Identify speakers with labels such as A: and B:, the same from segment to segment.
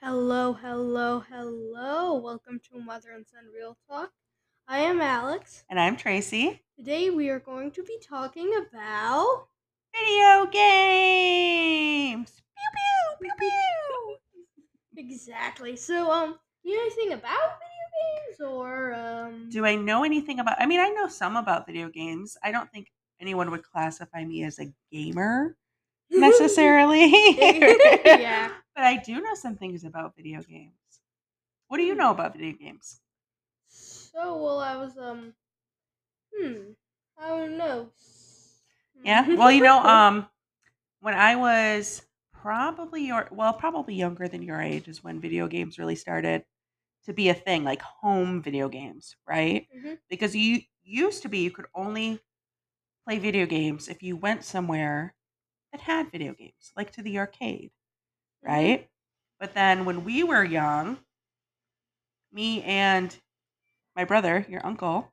A: Hello, hello, hello. Welcome to Mother and Son Real Talk. I am Alex.
B: And I'm Tracy.
A: Today we are going to be talking about.
B: Video games. Pew pew pew pew.
A: Exactly. So, um, do you know anything about video games or, um.
B: Do I know anything about? I mean, I know some about video games. I don't think anyone would classify me as a gamer necessarily.
A: Yeah.
B: But I do know some things about video games. What do you know about video games?
A: so, well, I was, um. Hmm. I don't know.
B: Yeah. Well, you know, um, when I was probably your well, probably younger than your age is when video games really started to be a thing, like home video games, right?
A: Mhm.
B: Because you used to be you could only play video games if you went somewhere that had video games, like to the arcade,
A: Mhm.
B: right? But then when we were young, me and my brother, your uncle,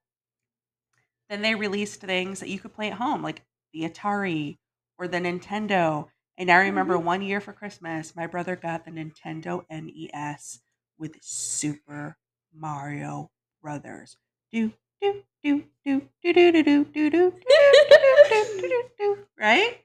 B: then they released things that you could play at home, like the Atari or the Nintendo. And I remember one year for Christmas, my brother got the Nintendo NES with Super Mario Brothers. Do do do do do do do do do do do do do do right?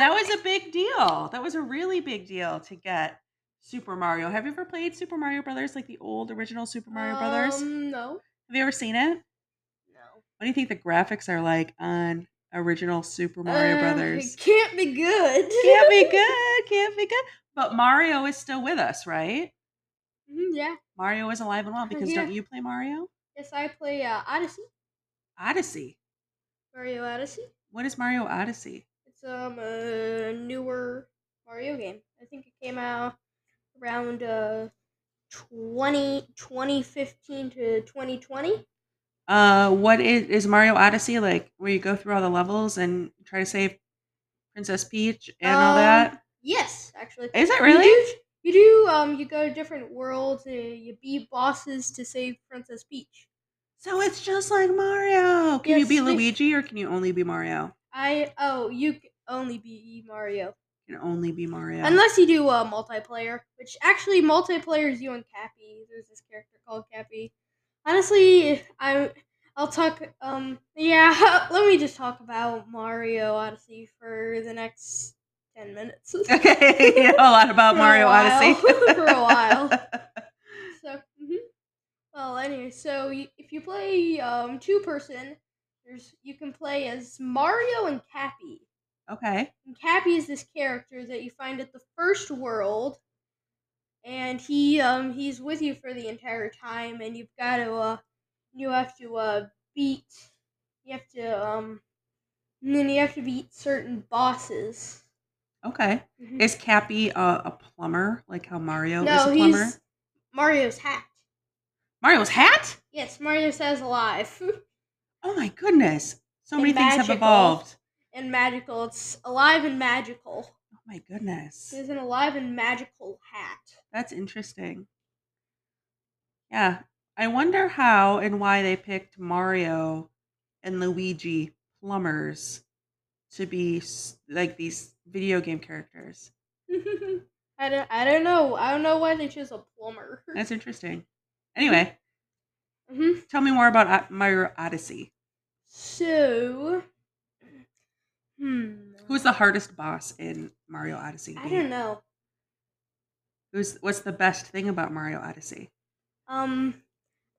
B: that was a big deal. That was a really big deal to get Super Mario. Have you ever played Super Mario Brothers, like the old original Super Mario Brothers? Have
A: Um, no.
B: you ever seen it?
A: No.
B: What do you think the graphics are like on original Super Mario
A: Um,
B: Brothers?
A: It can't be good.
B: Can't be good. Can't be good. But Mario is still with us, right?
A: Mhm, yeah.
B: Mario is alive and well because
A: Uh, Yeah.
B: don't you play Mario?
A: Yes, I play uh, Odyssey.
B: Odyssey.
A: Mario Odyssey.
B: What is Mario Odyssey?
A: It's um a newer Mario game. I think it came out around uh 20, 2015 to 2020.
B: Uh, what is, is Mario Odyssey like? Where you go through all the levels and try to save Princess Peach and all
A: Um,
B: that?
A: Yes, actually.
B: Is it really?
A: You do, you do um you go to different worlds, uh, you beat bosses to save Princess Peach.
B: So it's just like Mario. Can you
A: Yes,
B: be
A: like-
B: Luigi or can you only be Mario?
A: I oh, you c- only beat Mario.
B: You can only be Mario.
A: Unless you do uh, multiplayer, which actually multiplayer is you and Cappy. There's this character called Cappy. Honestly, I I'll talk. Um, yeah. Let me just talk about Mario Odyssey for the next ten minutes.
B: Okay, you know a lot about
A: For a
B: Mario
A: while.
B: Odyssey.
A: For a while. so, hmm well, anyway, so y- if you play um two person, there's you can play as Mario and Cappy.
B: okay.
A: And Cappy is this character that you find at the first world, and he um he's with you for the entire time, and you've got to uh you have to uh beat you have to um and then you have to beat certain bosses.
B: Okay.
A: Mhm.
B: Is Cappy a, a plumber, like how Mario is
A: no,
B: a plumber?
A: he's Mario's hat.
B: Mario's hat?
A: Yes, Mario says alive
B: Oh my goodness. So
A: And
B: many things
A: magical.
B: have evolved.
A: and magical. It's alive and magical.
B: Oh my goodness.
A: There's an alive and magical hat.
B: That's interesting. Yeah. I wonder how and why they picked Mario and Luigi plumbers to be s- like these video game characters.
A: I don't, I don't know. I don't know why they chose a plumber.
B: That's interesting. Anyway,
A: Mhm.
B: tell me more about O- Mario Odyssey.
A: So, hmm.
B: Who's the hardest boss in Mario Odyssey?
A: I don't know.
B: Who's what's the best thing about Mario Odyssey?
A: Um,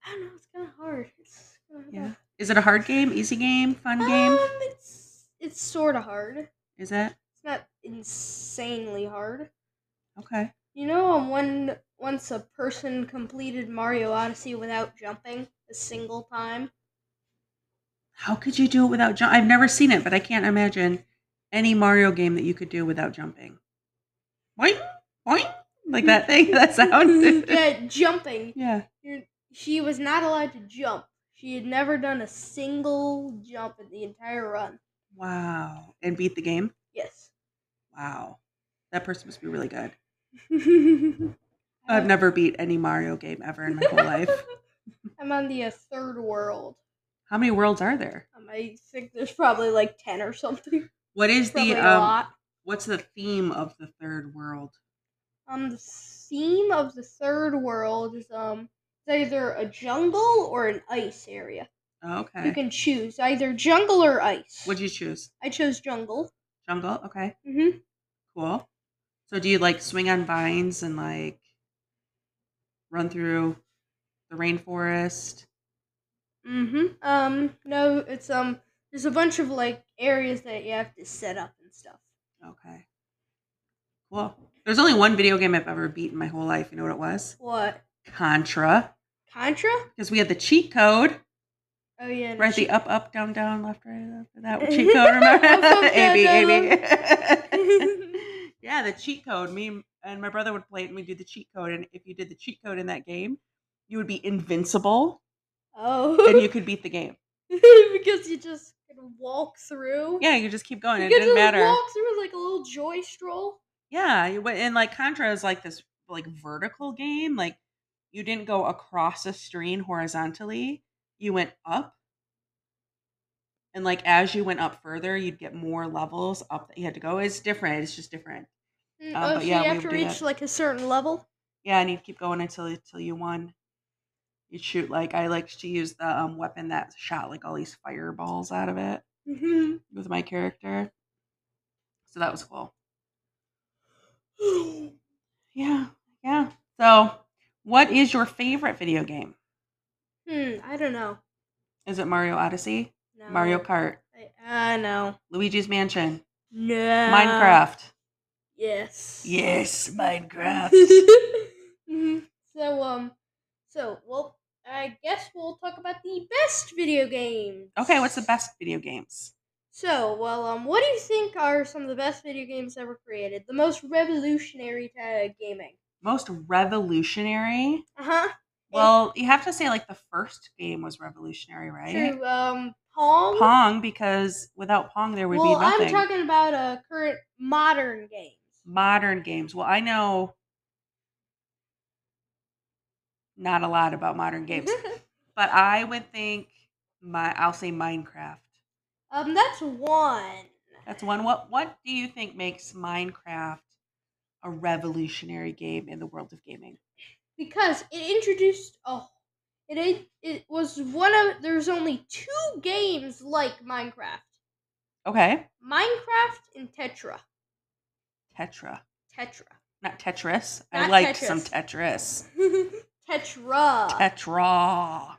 A: I don't know. It's kind of hard. It's kind of
B: Yeah. Is it a hard game, easy game, fun game?
A: Um, it's it's sort of hard. It's
B: Is it
A: not insanely hard.
B: okay?
A: You know, um, when once a person completed Mario Odyssey without jumping a single time.
B: How could you do it without jump? I've never seen it, but I can't imagine any Mario game that you could do without jumping. Boing, boing, like that thing, that sound.
A: yeah, jumping.
B: yeah.
A: She was not allowed to jump. She had never done a single jump in the entire run.
B: Wow. And beat the game.
A: Yes.
B: Wow. That person must be really good. I've
A: Um, I'm,
B: never beat any Mario game ever in my whole life.
A: I'm on the uh, third world.
B: How many worlds are there?
A: Um, I think there's probably like 10 or something.
B: What is
A: Probably
B: the
A: a
B: um?
A: lot.
B: What's the theme of the third world?
A: Um, the theme of the third world is um, it's either a jungle or an ice area.
B: Oh, Okay.
A: You can choose either jungle or ice.
B: What'd you choose?
A: I chose jungle.
B: Jungle. Okay.
A: Mm-hmm.
B: Cool. So do you like swing on vines and like run through the rainforest?
A: Mm-hmm. Um, no, it's um, there's a bunch of like areas that you have to set up and stuff.
B: Okay. Cool. There's only one video game I've ever beat in my whole life. You know what it was?
A: What
B: Contra.
A: Contra?
B: Because we had the cheat code.
A: Oh yeah. and
B: Right,
A: she-
B: the up, up, down, down, left, right, left, that cheat code, remember?
A: Up, up, down,
B: A, B, A, B.
A: down.
B: yeah, the cheat code. Me and my brother would play it and we'd do the cheat code. And if you did the cheat code in that game, you would be invincible and
A: Oh.
B: you could beat the game.
A: because you just can walk through.
B: Yeah, you just keep going.
A: You
B: It
A: could just
B: didn't matter.
A: walk through like a little joy stroll.
B: Yeah, you went, and like Contra is like this like vertical game. Like you didn't go across a screen horizontally. You went up. And like as you went up further, you'd get more levels up that you had to go. It's different. It's just different.
A: Mm,
B: Uh,
A: oh,
B: but
A: so
B: yeah,
A: you
B: we
A: have to
B: would do
A: reach
B: that.
A: like a certain level.
B: Yeah, and you'd keep going until until you won. You'd shoot like I liked to use the um, weapon that shot like all these fireballs out of it
A: Mhm.
B: with my character. So that was cool.
A: Hmm,
B: Yeah, yeah. So, what is your favorite video game?
A: hmm. I don't know.
B: Is it Mario Odyssey,
A: No.
B: Mario Kart,
A: I uh, no.
B: Luigi's Mansion,
A: No.
B: Minecraft?
A: Yes.
B: Yes, Minecraft.
A: hmm So um, so well, I guess we'll talk about the best video games.
B: okay, what's the best video games?
A: So well, um, what do you think are some of the best video games ever created? The most revolutionary to gaming.
B: Most revolutionary?
A: Uh huh.
B: Well, you have to say like the first game was revolutionary, right?
A: True. Um, Pong.
B: Pong because without Pong there would
A: well,
B: be nothing.
A: I'm talking about uh current modern games.
B: Modern games. Well, I know not a lot about modern games,
A: Mm-hmm.
B: but I would think my I'll say Minecraft.
A: um, that's one.
B: That's one. What what do you think makes Minecraft a revolutionary game in the world of gaming?
A: because it introduced a it it, it was one of there's only two games like Minecraft.
B: Okay.
A: Minecraft and Tetra.
B: Tetra.
A: Tetra.
B: Not Tetris. I
A: Not
B: liked some Tetris.
A: Tetra.
B: Tetra.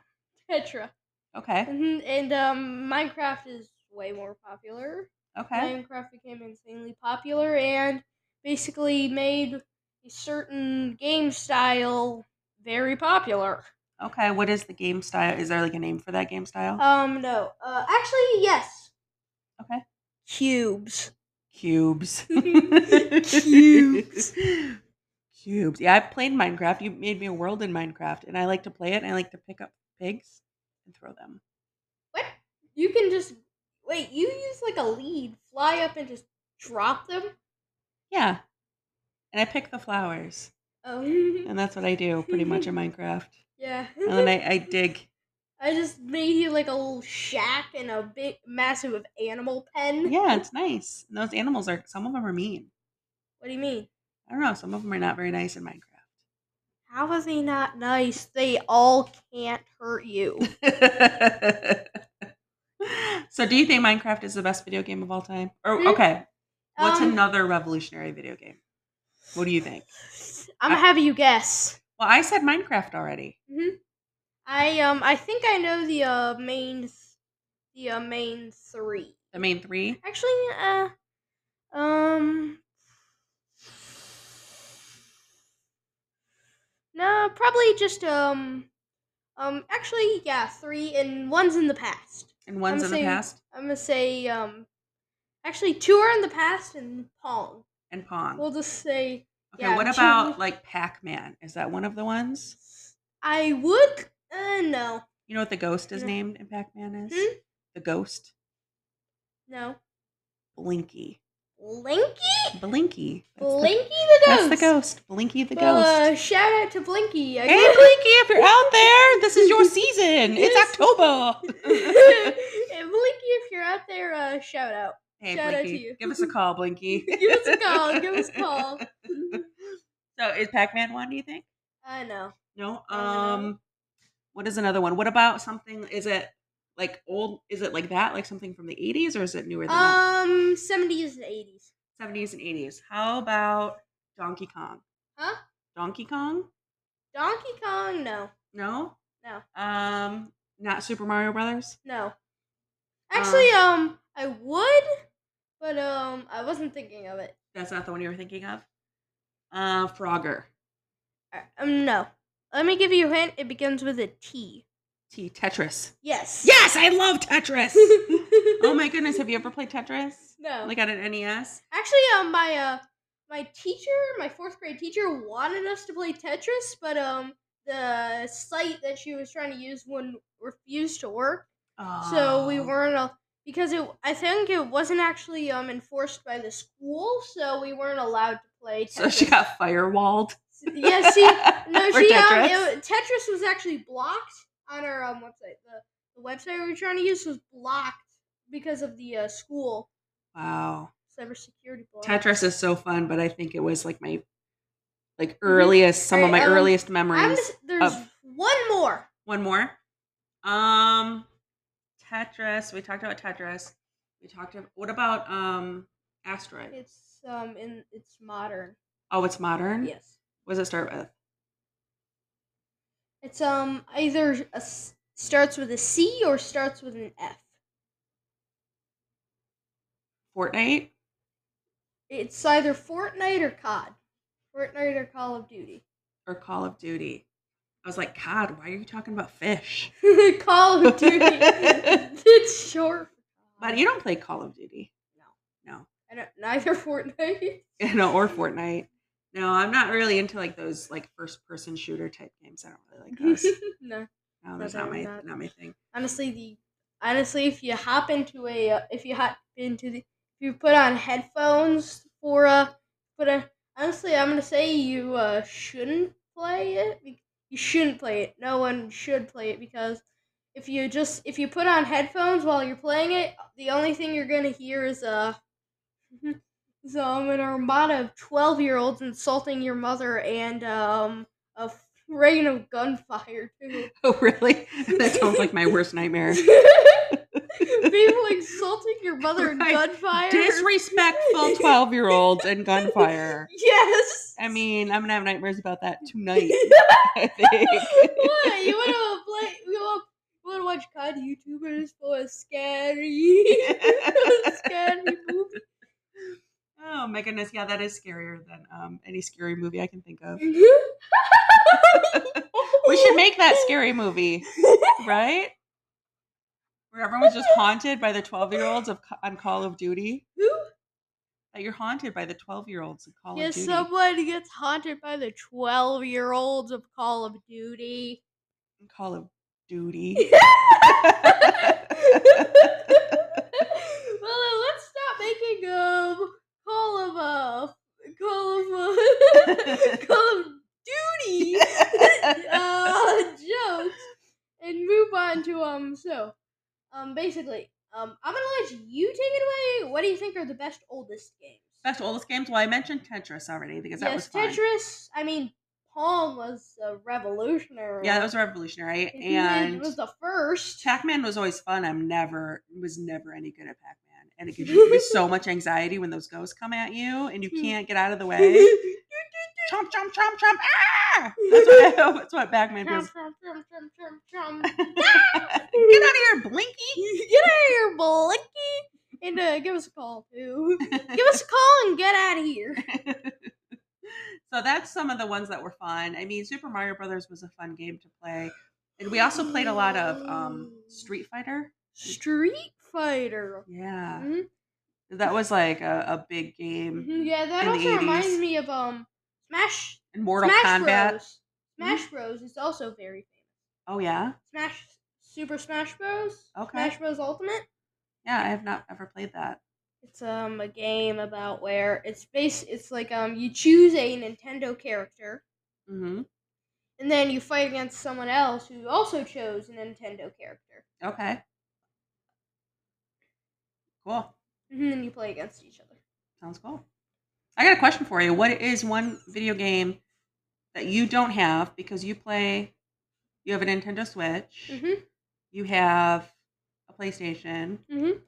A: Tetra.
B: Okay.
A: hmm And um Minecraft is way more popular.
B: Okay.
A: Minecraft became insanely popular and basically made a certain game style very popular.
B: Okay. What is the game style? Is there like a name for that game style?
A: Um no. Uh actually yes.
B: Okay.
A: Cubes.
B: Cubes.
A: Cubes.
B: Cubes. Yeah, I played Minecraft. You made me a world in Minecraft, and I like to play it. And I like to pick up pigs and throw them.
A: What? You can just wait. You use like a lead, fly up and just drop them.
B: Yeah, and I pick the flowers,
A: Oh,
B: and that's what I do pretty much in Minecraft.
A: yeah.
B: And then I, I dig.
A: I just made you like a little shack and a big, massive animal pen.
B: Yeah, it's nice. And those animals are. Some of them are mean.
A: What do you mean?
B: I don't know. Some of them are not very nice in
A: How is he not nice? They all can't hurt you.
B: Minecraft. so, do you think Minecraft is the best video game of all time? Or
A: Hmm?
B: okay, What's
A: Um,
B: another revolutionary video game? What do you think?
A: I'm gonna have you guess.
B: Well, I said Minecraft already.
A: I um I think I know the uh main th- the uh, main three.
B: The main three.
A: Actually, uh, um, no, probably just um, um. Actually, yeah, three and one's in the past.
B: And one's
A: I'm
B: in the
A: saying-
B: past.
A: I'm gonna say um, actually two are in the past and Pong.
B: And Pong.
A: We'll just say
B: okay,
A: yeah,
B: what
A: two-
B: about like Pac-Man? Is that one of the ones?
A: I would. Uh, no,
B: You know what the ghost is
A: No.
B: named in Pac-Man is?
A: Hmm?
B: The ghost?
A: no,
B: Blinky.
A: Blinky,
B: Blinky. That's the-
A: Blinky the,
B: That's
A: ghost.
B: the ghost. Blinky the
A: Uh,
B: ghost.
A: shout out to Blinky. I
B: Hey Blinky,
A: guess.
B: if you're out there, this is your season.
A: Yes.
B: It's October.
A: and Blinky, if you're out there, uh, shout out.
B: hey
A: Shout out to
B: Blinky.
A: you.
B: Give us a call, Blinky.
A: Give us a call. Give us a call.
B: So is Pac-Man one? Do you think?
A: I know.
B: No.
A: I don't know.
B: Um, what is another one? What about something? Is it like old? Is it like that? Like something from the '80s, or is it newer than that?
A: Um, seventies and eighties.
B: '70s and '80s? How about Donkey Kong?
A: Huh?
B: Donkey Kong?
A: Donkey Kong? No,
B: No.
A: No.
B: Um, not Super Mario Brothers.
A: no. Actually, um, I would, but um, I wasn't thinking of it.
B: That's not the one you were thinking of. Uh, Frogger.
A: Uh, Um, no. Let me give you a hint. It begins with a T.
B: T. Tetris.
A: Yes.
B: Yes, I love Tetris. oh my goodness, have you ever played Tetris?
A: No.
B: Like at an E NES?
A: Actually, um, my uh, my teacher, my fourth grade teacher, wanted us to play Tetris, but um, the site that she was trying to use one refused to work, so we
B: Oh.
A: weren't al- because it. I think it wasn't actually um enforced by the school, so we weren't allowed to play. Tetris.
B: So she got firewalled.
A: yeah, she no,
B: For
A: she um,
B: Tetris?
A: it, Tetris was actually blocked on our um website. The the website we were trying to use was blocked because of the uh, school
B: Wow.
A: cybersecurity block.
B: Tetris is so fun, but I think it was like my like earliest some of my
A: Alright, Mm-hmm. um,
B: earliest
A: I'm
B: memories.
A: just, there's
B: of-
A: one more.
B: One more. Um Tetris. We talked about Tetris. We talked about what about um Asteroid?
A: It's um in it's modern.
B: Oh, it's modern?
A: Yes.
B: What does it start with?
A: It's um either a s starts with a C or starts with an F.
B: Fortnite?
A: It's either Fortnite or COD. Fortnite or Call of Duty.
B: or Call of Duty. I was like, God, why are you talking about fish?
A: Call of Duty. it's short.
B: But you don't play Call of Duty.
A: I don't, neither Fortnite.
B: no, or Fortnite. No, I'm not really into like those like first person shooter type games. I don't really like those.
A: no.
B: No, that's
A: Okay,
B: not my
A: that-
B: not my thing.
A: honestly the honestly if you hop into a uh, if you hop into the if you put on headphones for uh put a honestly i'm gonna say you uh shouldn't play it Be- you shouldn't play it no one should play it because if you just if you put on headphones while you're playing it the only thing you're gonna hear is uh is um an armada of 12 year olds insulting your mother and um a rain of gunfire too
B: Oh, really? That sounds like my worst nightmare.
A: People insulting your mother in
B: Right.
A: gunfire.
B: Disrespectful 12 year olds and gunfire.
A: Yes.
B: I mean, I'm gonna have nightmares about that tonight. I
A: what? You
B: think.
A: want to play? You want, you want to watch COD YouTubers for a scary, scary
B: Oh my goodness, yeah, that is scarier than um, any scary movie I can think of.
A: movie?
B: We should make that scary movie, right? Where everyone's just haunted by the 12 year olds of on Call of Duty. That you're haunted by the 12 year olds of Call
A: Yes,
B: of Duty.
A: someone gets haunted by the twelve-year-olds of Call of Duty.
B: Call of Duty.
A: well, then let's stop making um call of uh call of uh, call of duty uh, jokes and move on to um so um basically um I'm gonna let you take it away. What do you think are the best oldest games?
B: Best oldest games. Well, I mentioned Tetris already because that was
A: yes,
B: fun.
A: Tetris. I mean, Pong was a revolutionary.
B: Yeah, that was revolutionary.
A: It really
B: And
A: was the first.
B: Pac-Man was always fun. I'm never was never any good at Pac-Man, and it gives you there's so much anxiety when those ghosts come at you and you
A: Hmm.
B: can't get out of the way. Chomp, chomp, chomp, chomp! Ah! That's what, that's what Pac-Man
A: Chomp,
B: feels.
A: chomp, chomp, chomp, chomp,
B: get
A: chomp.
B: out of here,
A: Get out of here, Blinky, and uh, give us a call too.
B: Blinky!
A: give us a call and get out of here.
B: so that's some of the ones that were fun. I mean, Super Mario Brothers was a fun game to play, and we also played a lot of um,
A: Oh.
B: Street Fighter.
A: Street Fighter.
B: Yeah,
A: Mhm.
B: that was like a, a big game.
A: Mhm, Yeah, that
B: In the
A: also reminds
B: 80s.
A: me of um Smash
B: And Mortal
A: Smash
B: Kombat.
A: Bros. Smash Bros. is also very famous.
B: Oh yeah.
A: Smash Super Smash Bros.
B: Okay.
A: Smash Bros. Ultimate.
B: Yeah, I have not ever played that.
A: It's um a game about where it's base. It's like um you choose a Nintendo character
B: Mm-hmm.
A: and then you fight against someone else who also chose a Nintendo character.
B: Okay. Cool.
A: Mm-hmm, And then you play against each other.
B: Sounds cool. I got a question for you. What is one video game that you don't have because you play you have a Nintendo Switch,
A: Mhm.
B: you have a PlayStation.
A: Mhm.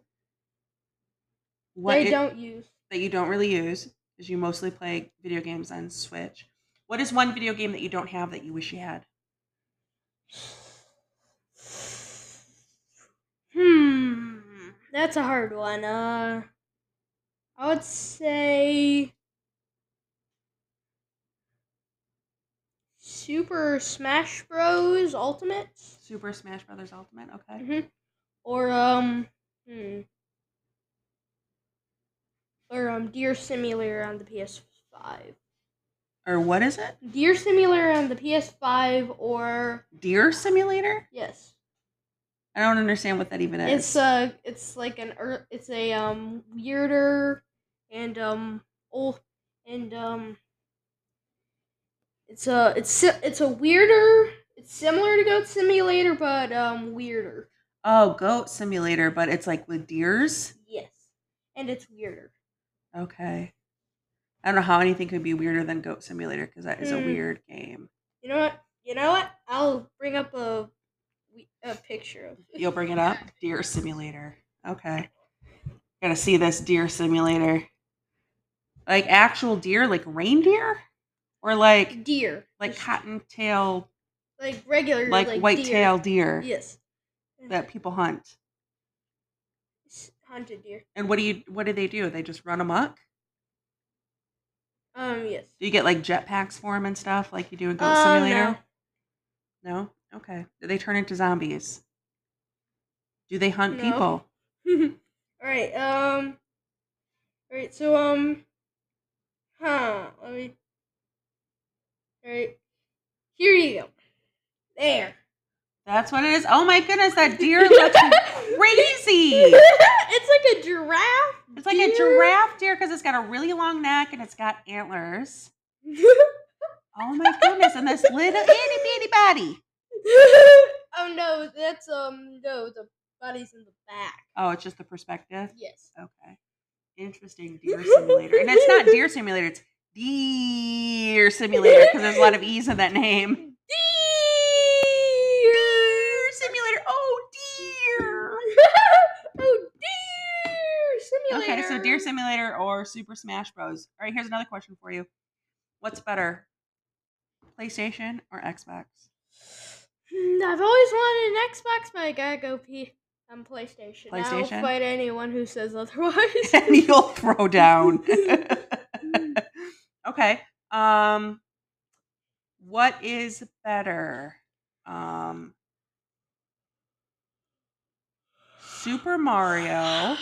B: What
A: they
B: i-
A: don't use.
B: that you don't really use is you mostly play video games on Switch. What is one video game that you don't have that you wish you had?
A: Hmm, that's a hard one. Uh, I would say Super Smash Bros. Ultimate,
B: Super Smash Brothers Ultimate. Okay.
A: or um, hmm, or um, Deer Simulator on the PS5. Mm-hmm.
B: Or what is it?
A: Deer Simulator on the PS5, or
B: Deer Simulator?
A: yes,
B: I don't understand what that even is.
A: It's uh it's like an ear- it's a um weirder and um old and um it's a it's si- it's a weirder it's similar to Goat Simulator but um weirder.
B: oh, Goat Simulator, but it's like with deers.
A: Yes. And it's weirder.
B: Okay. I don't know how anything could be weirder than Goat Simulator because that is a
A: Hmm.
B: weird game.
A: You know what? You know what? I'll bring up a we- a picture of it.
B: You'll bring it up? Deer Simulator. Okay. Gotta see this Deer Simulator. Like actual deer, like reindeer? Or like
A: deer.
B: like
A: Just
B: cottontail,
A: like regular
B: like,
A: like,
B: white
A: deer.
B: tail deer
A: Yes.
B: that people hunt.
A: S- hunted deer.
B: And what do you what do they do? They just run amok?
A: Um yes.
B: Do you get like jetpacks for them and stuff like you do in Goat
A: Um,
B: Simulator?
A: no.
B: No? Okay. Do they turn into zombies? Do they hunt
A: No.
B: people?
A: all right. Um. All right. So um. Huh. Let me. All right. Here you go. There.
B: That's what it is. Oh my goodness, that deer looks crazy.
A: it's like a giraffe.
B: It's like a giraffe deer because it's got a really long neck and it's got antlers. Oh my goodness, and this little itty bitty body.
A: oh no, that's um no, the body's in the back.
B: Oh, it's just the perspective.
A: Yes.
B: Okay. Interesting deer simulator. And it's not deer simulator, it's deer simulator because there's a lot of E's in that name. Deer simulator. Oh, deer.
A: oh dear! Simulator.
B: Okay, so Deer Simulator or Super Smash Bros. All right, here's another question for you. What's better, PlayStation or Xbox?
A: Hmm, I've always wanted an Xbox, but I gotta go P on PlayStation.
B: PlayStation?
A: I'll fight anyone who says otherwise.
B: And you'll throw down. okay. Um what is better? Um Super Mario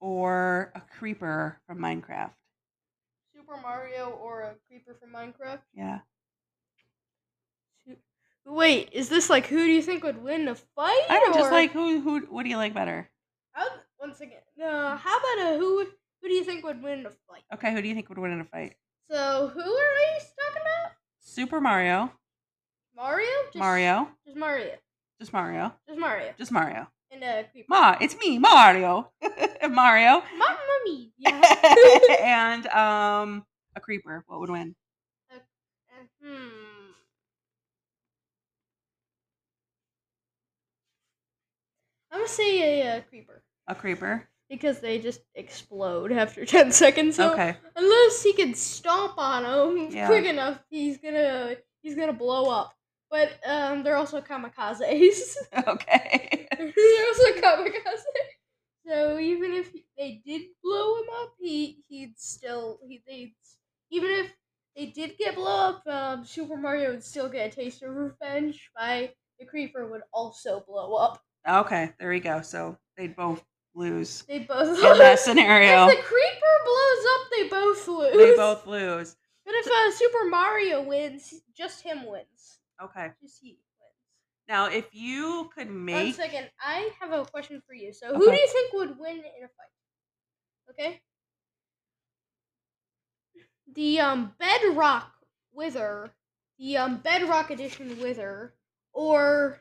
B: or a creeper from Minecraft?
A: Super Mario or a creeper from Minecraft?
B: Yeah.
A: Wait, is this like who do you think would win the fight?
B: I don't just
A: or-
B: like who who what do you like better?
A: I'll- once again, uh, how about a who? Who do you think would win the fight?
B: Okay, who do you think would win in a fight?
A: So who are we talking about?
B: Super Mario,
A: Mario? Just,
B: Mario,
A: Just Mario.
B: just Mario,
A: Just Mario.
B: just Mario.
A: And a creeper.
B: Ma, it's me, Mario, Mario,
A: Mom, mommy. Yeah.
B: and um, a creeper. What would win?
A: Uh, Hmm. I'm gonna say a, uh creeper
B: A creeper.
A: because they just explode after ten seconds. So
B: Okay.
A: unless he can stomp on them
B: Yeah.
A: quick enough, he's gonna he's gonna blow up. But um, they're also kamikazes.
B: Okay.
A: they're also kamikaze. So even if they did blow him up, he he'd still he they even if they did get blow up, um, Super Mario would still get a taste of revenge by the creeper would also blow up.
B: okay. There we go. So they'd both lose
A: They both
B: in that
A: if
B: scenario.
A: the creeper blows up, they both lose.
B: They both lose.
A: But if uh, Super Mario wins, just him wins.
B: Okay.
A: Just he wins.
B: Now, if you could
A: One
B: make
A: second, I have a question for you. So, who do
B: Okay.
A: you think would win in a fight? Okay. The um Bedrock Wither, the um Bedrock Edition Wither, or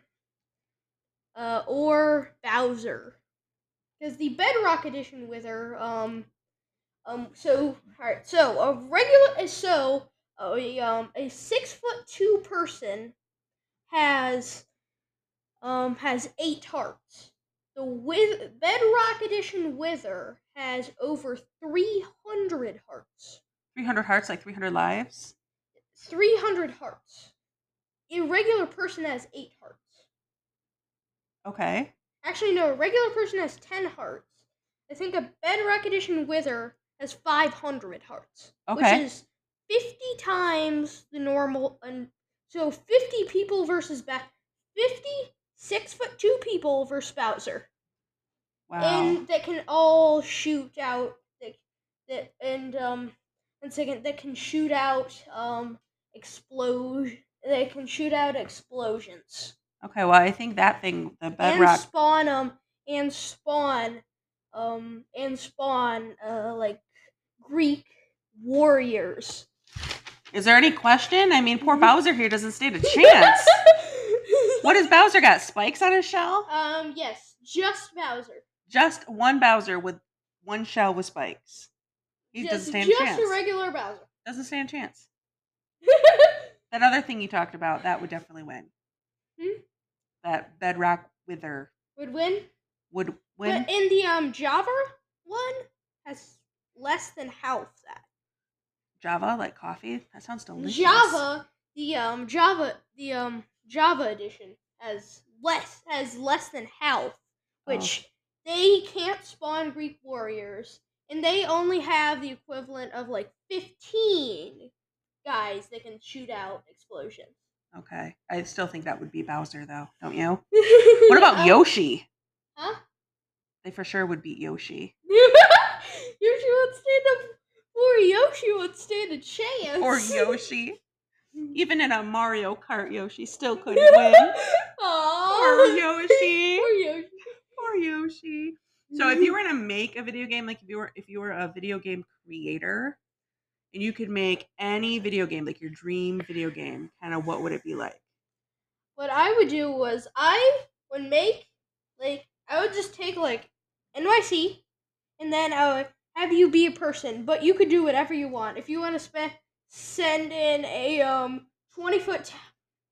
A: uh or Bowser, because the Bedrock Edition Wither um um so all right so a regular so a um a six foot two person has um has eight hearts. The with Bedrock Edition Wither has over three hundred hearts.
B: 300 hearts, like 300 lives.
A: Three hundred hearts. A regular person has eight hearts.
B: Okay.
A: Actually, no. A regular person has ten hearts. I think a Bedrock Edition Wither has five hundred hearts,
B: Okay.
A: which is fifty times the normal. And so fifty people versus bat, fifty six foot two people versus Bowser,
B: Wow.
A: and that can all shoot out. That, that and um, one second, that can shoot out um explode. They can shoot out explosions
B: okay, well, I think that thing, the
A: and
B: bedrock.
A: spawn um and spawn um and spawn uh like Greek warriors.
B: Is there any question? I mean, poor
A: Mm-hmm.
B: Bowser here doesn't stand a chance. what has Bowser got? Spikes on his shell?
A: Um yes, just Bowser.
B: Just one Bowser with one shell with spikes. He
A: just,
B: doesn't stand a
A: just
B: chance.
A: a regular Bowser.
B: doesn't stand a chance. That other thing you talked about, that would definitely win.
A: Hmm?
B: That bedrock wither
A: Would win.
B: would win.
A: But in the um Java one has less than half that.
B: Java, like coffee? Oh, That sounds delicious.
A: Java the um Java the um Java edition has less has less than
B: Oh.
A: half, which they can't spawn Greek warriors, and they only have the equivalent of like fifteen guys that can shoot out explosions.
B: Okay. I still think that would be Bowser, though, don't you? What about Yoshi?
A: uh, Huh?
B: They for sure would beat Yoshi.
A: Yoshi would stand up. Poor Yoshi would stand a chance.
B: Or Yoshi. Even in a Mario Kart, Yoshi still couldn't win. Or
A: Aww.
B: Yoshi.
A: Poor Yoshi.
B: Or Yoshi. So if you were gonna make a video game, like if you were if you were a video game creator, and you could make any video game, like your dream video game, kind of what would it be like?
A: what I would do was I would make like I would just take like NYC and then I would have you be a person, but you could do whatever you want. If you want to spend send in a um 20 foot t-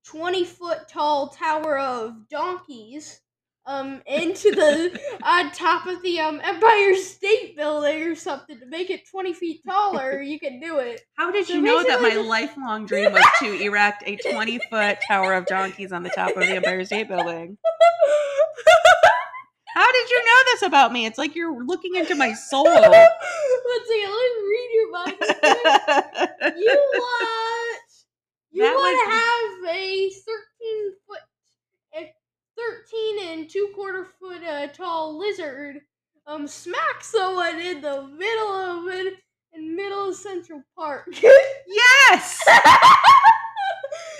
A: 20 foot tall tower of donkeys um into the on top of the um Empire State Building or something to make it 20 feet taller, you can do it.
B: How did
A: So
B: you know that my
A: basically just-
B: lifelong dream was to erect a 20 foot tower of donkeys on the top of the Empire State Building? How did you know this about me? It's like you're looking into my
A: Let's
B: soul.
A: see, let me read your mind. real quick. you want you
B: That
A: want to
B: would-
A: have a thirteen foot, a thirteen and two quarter foot uh, tall lizard um smack someone in the middle of it in middle of Central Park.
B: yes!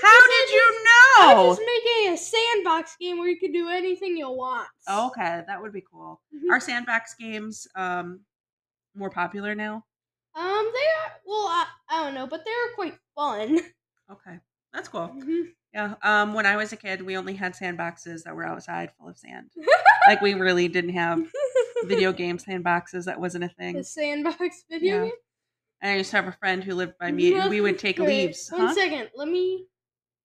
B: How did you
A: I'm
B: know?
A: just making a sandbox game where you can do anything you want.
B: Oh, Okay, that would be cool.
A: Mhm.
B: Are sandbox games um more popular now?
A: Um, they are well, I, I don't know, but they're quite fun.
B: Okay. That's cool.
A: Mhm.
B: Yeah. Um when I was a kid, we only had sandboxes that were outside full of sand. like we really didn't have video game sandboxes. That wasn't a thing.
A: the sandbox video
B: Yeah.
A: game.
B: And I used to have a friend who lived by me, and we would take
A: Wait,
B: leaves.
A: One
B: Huh?
A: second, let me.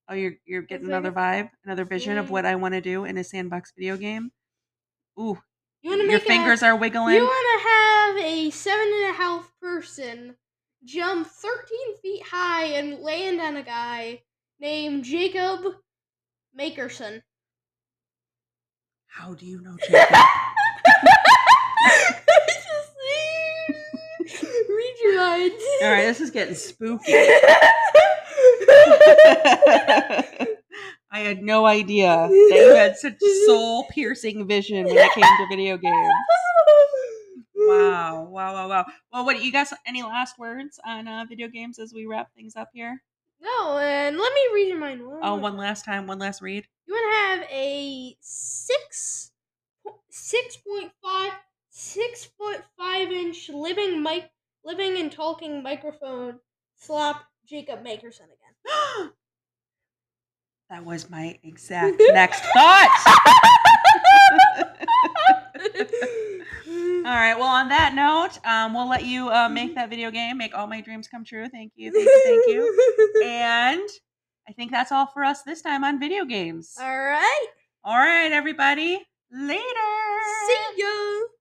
B: Oh, you're you're getting
A: second.
B: another vibe, another vision of
A: Mm.
B: what I want to do in a sandbox video game. Ooh,
A: You want to
B: your
A: make
B: fingers are
A: A,
B: wiggling.
A: you want to have a seven and a half person jump thirteen feet high and land on a guy named Jacob Makerson.
B: How do you know?
A: Read
B: Jacob?
A: your minds.
B: All right, this is getting spooky.
A: right.
B: I had no idea that you had such soul piercing vision when it came to video games. Wow, wow, wow, wow. Well, what you guys? Any last words on uh, video games as we wrap things up here?
A: No, and let me read your mind one.
B: Oh,
A: more
B: one last time, one last read.
A: You want to have a six, six point five, six foot five inch living mic, living and talking microphone slop Jacob Makerson again.
B: that was my exact next thought. All right. Well, on that note, um, we'll let you uh, make that video game, make all my dreams come true. Thank you. Thank you. Thank you. And I think that's all for us this time on video games.
A: All right.
B: All right, everybody. Later.
A: See ya.